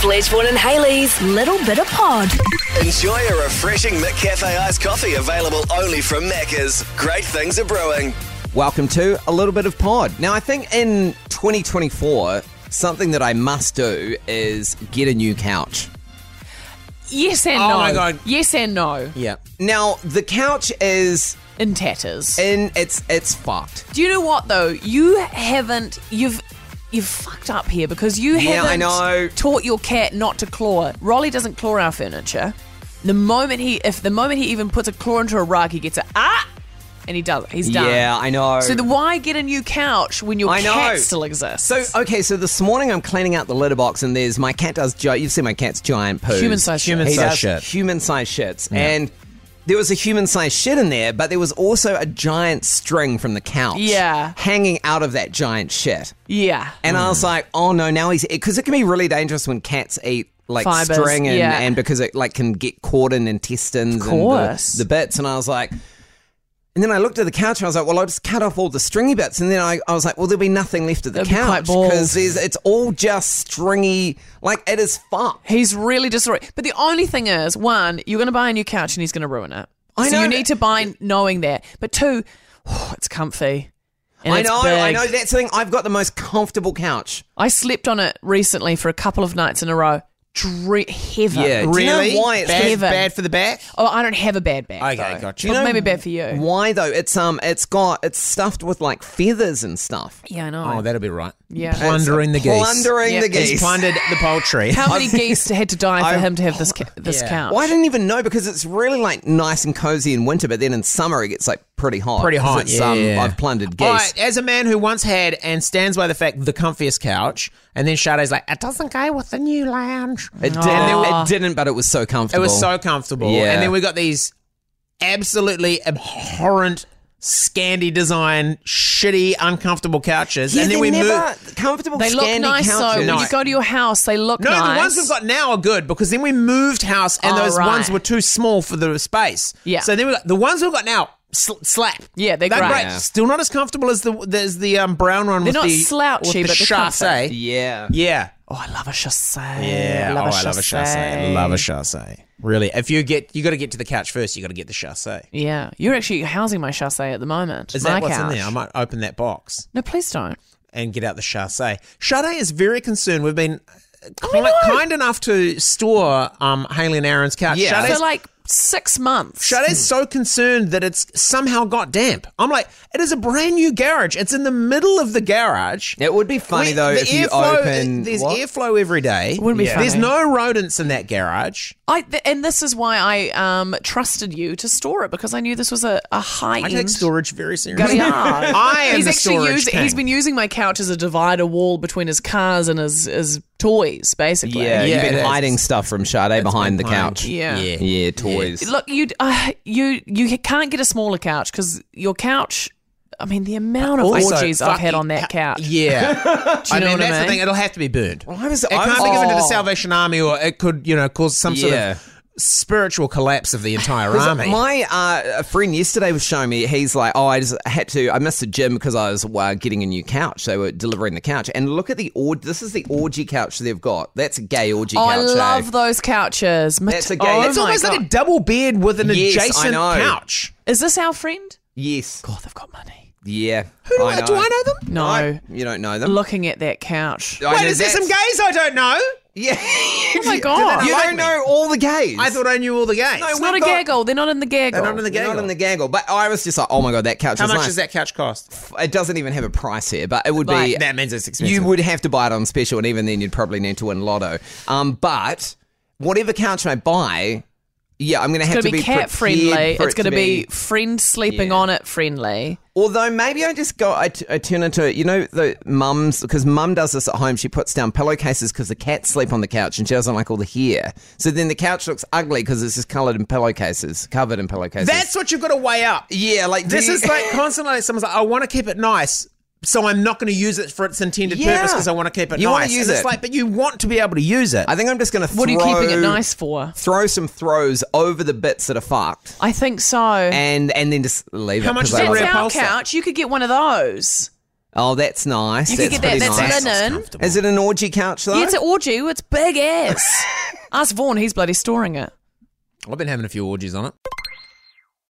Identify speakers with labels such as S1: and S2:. S1: Fledgebourne and Haley's Little Bit of Pod.
S2: Enjoy a refreshing McCafe iced coffee available only from Macca's. Great things are brewing.
S3: Welcome to a little bit of pod. Now, I think in 2024, something that I must do is get a new couch.
S4: Yes and
S5: Oh
S4: no.
S5: my God.
S4: Yes and no.
S3: Yeah. Now, the couch is
S4: In tatters.
S3: in it's it's fucked.
S4: Do you know what though? You haven't. You've. You've fucked up here because you
S3: Yeah, I
S4: haven't
S3: know.
S4: taught your cat not to claw. Rolly doesn't claw our furniture. The moment he, if the moment he even puts a claw into a rug, he gets a ah, and he does. He's done.
S3: Yeah, I know.
S4: So the why get a new couch when your
S3: I know.
S4: cat still exists?
S3: So okay, so this morning I'm cleaning out the litter box and there's my cat does gi- you've seen my cat's giant poo.
S4: Human-sized Human
S5: shit.
S3: He does
S5: sized shit.
S3: Human sized shits. And there was a human sized shit in there, but there was also a giant string from the couch.
S4: Yeah.
S3: Hanging out of that giant shit.
S4: yeah,
S3: And I was like, oh no, now he's because it can be really dangerous when cats eat like
S4: Fibers,
S3: string and,
S4: yeah.
S3: and because it like can get caught in intestines
S4: Of
S3: and
S4: course.
S3: the, the bits. And I was like, and then I looked at the couch and I was like, well, I'll just cut off all the stringy bits. And then I, I was like, well, there'll be nothing left of the
S4: That'd be quite
S3: couch
S4: bald.
S3: because it's all just stringy. Like it is fucked.
S4: He's really destroyed. But the only thing is, one, you're going to buy a new couch and he's going to ruin it.
S3: I
S4: so
S3: know
S4: you
S3: that-
S4: need to buy knowing that. But two, it's comfy. And
S3: I
S4: it's
S3: know, I
S4: big.
S3: know. That's the thing. I've got the most comfortable couch.
S4: I slept on it recently for a couple of nights in a row. Dre- heaven.
S3: Yeah. Do you know
S5: Really?
S3: why it's
S5: bad,
S4: heaven?
S5: bad for the back?
S4: Oh, I don't have a bad back.
S5: Okay,
S4: though.
S5: gotcha.
S4: But
S3: You know
S4: maybe bad for you.
S3: Why though? It's um, it's got it's stuffed with like feathers and stuff.
S4: Yeah, I know.
S5: Oh, that'll be right.
S4: Yeah.
S5: Plundering the geese.
S3: Plundering
S4: Yeah.
S3: the
S4: He's
S3: geese.
S5: He's plundered the poultry.
S4: How many geese had to die
S3: I-
S4: for him to have this ca- this
S5: Yeah.
S4: couch?
S3: Well, I didn't even know because it's really like nice and cozy in winter, but then in summer it gets like pretty hot.
S5: Pretty hot,
S3: 'Cause it's, um,
S5: yeah.
S3: I've plundered geese.
S5: All right, as a man who once had and stands by the fact the comfiest couch, and then Sade's like, it doesn't go with the new lounge.
S3: It, didn't, it didn't, but it was so
S5: It
S3: comfortable.
S5: was so comfortable.
S3: Yeah.
S5: And then we got these absolutely abhorrent, scandy design, shitty, uncomfortable couches.
S3: Yeah,
S5: and then
S3: they're
S5: we
S3: never
S5: moved.
S3: comfortable.
S4: they look
S3: scandy
S4: nice
S3: couches.
S4: though. When
S5: No.
S4: you go to your house, they look
S5: No,
S4: nice.
S5: the ones we've got now are good because then we moved house and
S4: Oh,
S5: those
S4: right.
S5: ones were too small for the space.
S4: Yeah.
S5: So then we got the ones we've got now. Sl- slap.
S4: Yeah, they're great. Yeah.
S5: Still not as comfortable as the as the um, brown one.
S4: They're
S5: with
S4: not
S5: the,
S4: slouchy,
S5: with the
S4: but they're
S5: chasse.
S4: comfort.
S3: Yeah.
S5: Yeah.
S4: Oh, I love a chassé.
S5: Yeah.
S4: I love
S5: oh,
S4: a
S5: I love a chasse. I love a chasse. Really, if you get you got to get to the couch first, you got to get the chasse. Is
S4: Yeah, you're actually housing my chasse at the moment.
S5: that
S4: my
S5: what's
S4: couch.
S5: in there? I might open that box
S4: No, please don't.
S5: and get out the chasse. Sade is very concerned. We've been kind, kind enough to store um, Haley and Aaron's couch.
S3: Yeah.
S5: Sade's
S4: For like six months.
S5: Sade's so concerned that it's somehow got damp. I'm like, it is a brand new garage. It's in the middle of the garage.
S3: It would be funny
S5: We-
S3: though
S5: the
S3: if you
S5: airflow-
S3: open.
S5: There's
S3: what?
S5: airflow every day.
S4: Wouldn't be Yeah. funny.
S5: There's no rodents in that garage.
S4: I th- and this is why I um, trusted you to store it because I knew this was a, a high
S5: I take
S4: end.
S5: storage very seriously.
S4: garage.
S5: I am
S4: he's
S5: the
S4: actually
S5: storage
S4: using,
S5: king.
S4: he's been using my couch as a divider wall between his cars and his, his toys, basically.
S3: yeah,
S5: Yeah,
S3: you've been
S5: it's-
S3: hiding stuff from Sade behind the
S5: behind-
S3: couch.
S4: Yeah.
S5: Yeah.
S3: Yeah, toys.
S4: Look, you uh, you you can't get a smaller couch because your couch. I mean, the amount of
S5: Also,
S4: orgies I've had
S5: fucking
S4: on that
S5: ca-
S4: couch.
S5: Yeah. I
S4: know
S5: mean,
S4: what I mean?
S5: that's the thing. It'll have to be burned.
S3: I was-
S5: it
S3: I
S5: can't
S3: was-
S5: be given to the
S3: Oh.
S5: Salvation Army or it could, you know, cause some sort
S3: Yeah.
S5: of spiritual collapse of the entire army.
S3: My uh, a friend yesterday was showing me. He's like, "Oh, I just had to. I missed the gym because I was uh, getting a new couch. They were delivering the couch, and look at the orgy. This is the orgy couch they've got. That's a gay orgy
S4: Oh, I
S3: couch. eh?
S4: love those couches. Mat-
S3: That's a gay-
S4: Oh
S3: That's
S5: it's
S4: my
S5: almost like
S4: God.
S5: a double bed with an
S3: Yes, I
S5: adjacent
S3: know.
S5: couch.
S4: Is this our friend?
S3: Yes.
S4: God, they've got money.
S3: Yeah.
S5: Who do I, do I know them?
S4: No.
S3: I- you don't know them.
S4: Looking at that couch.
S3: I
S5: Wait,
S3: know
S5: is there some
S3: that's-
S5: gays I don't know?
S3: Yeah.
S4: Oh my God.
S3: you
S5: like
S3: don't
S5: me?
S3: know all the gays.
S5: I thought I knew all the gays.
S3: No,
S4: It's not a
S3: we've got-
S4: gaggle. They're not in the gaggle.
S5: not in the
S3: They're not
S5: gaggle.
S3: in the gaggle, but I was just like, "Oh my god, that couch
S5: How
S3: is
S5: much
S3: nice."
S5: does that couch cost?
S3: It doesn't even have a price here, but it would be
S5: Like, that means it's expensive.
S3: You would have to buy it on special, and even then, you'd probably need to win Lotto. Um, but whatever couch I buy, yeah, I'm going to have
S4: It's
S3: to
S4: going to
S3: be
S4: be
S3: prepared
S4: cat friendly.
S3: for
S4: It's
S3: it
S4: going to be friend sleeping
S3: Yeah.
S4: on it friendly.
S3: Although maybe I just go, I, t- I turn into it. You know, the mums because mum does this at home. She puts down pillowcases because the cats sleep on the couch, and she doesn't like all the hair. So then the couch looks ugly because it's just coloured in pillowcases, covered in pillowcases.
S5: That's what you've got to weigh up.
S3: yeah, like do
S5: This
S3: you-
S5: is like constantly like someone's like, I want to keep it nice, so I'm not going to use it for its intended
S3: Yeah.
S5: purpose because I want to keep it
S3: You wanna
S5: nice.
S3: use
S5: And
S3: it.
S5: It's like, but you want to be able to use it.
S3: I think I'm just going to.
S4: What are you keeping it nice for?
S3: Throw some throws over the bits that are fucked.
S4: I think so.
S3: and and then just leave
S5: How
S3: it.
S5: much
S3: 'cause
S5: is
S3: I
S5: it
S3: love
S4: That's
S5: real?
S4: our
S5: repulsor.
S4: couch. You could get one of those.
S3: Oh, that's nice.
S4: You
S3: that's
S4: could get that.
S3: pretty nice.
S4: That's linen.
S5: comfortable.
S3: Is it an orgy couch though?
S4: Yeah, it's an orgy. It's big ass. Ask Vaughn. He's bloody storing it.
S5: I've been having a few orgies on it.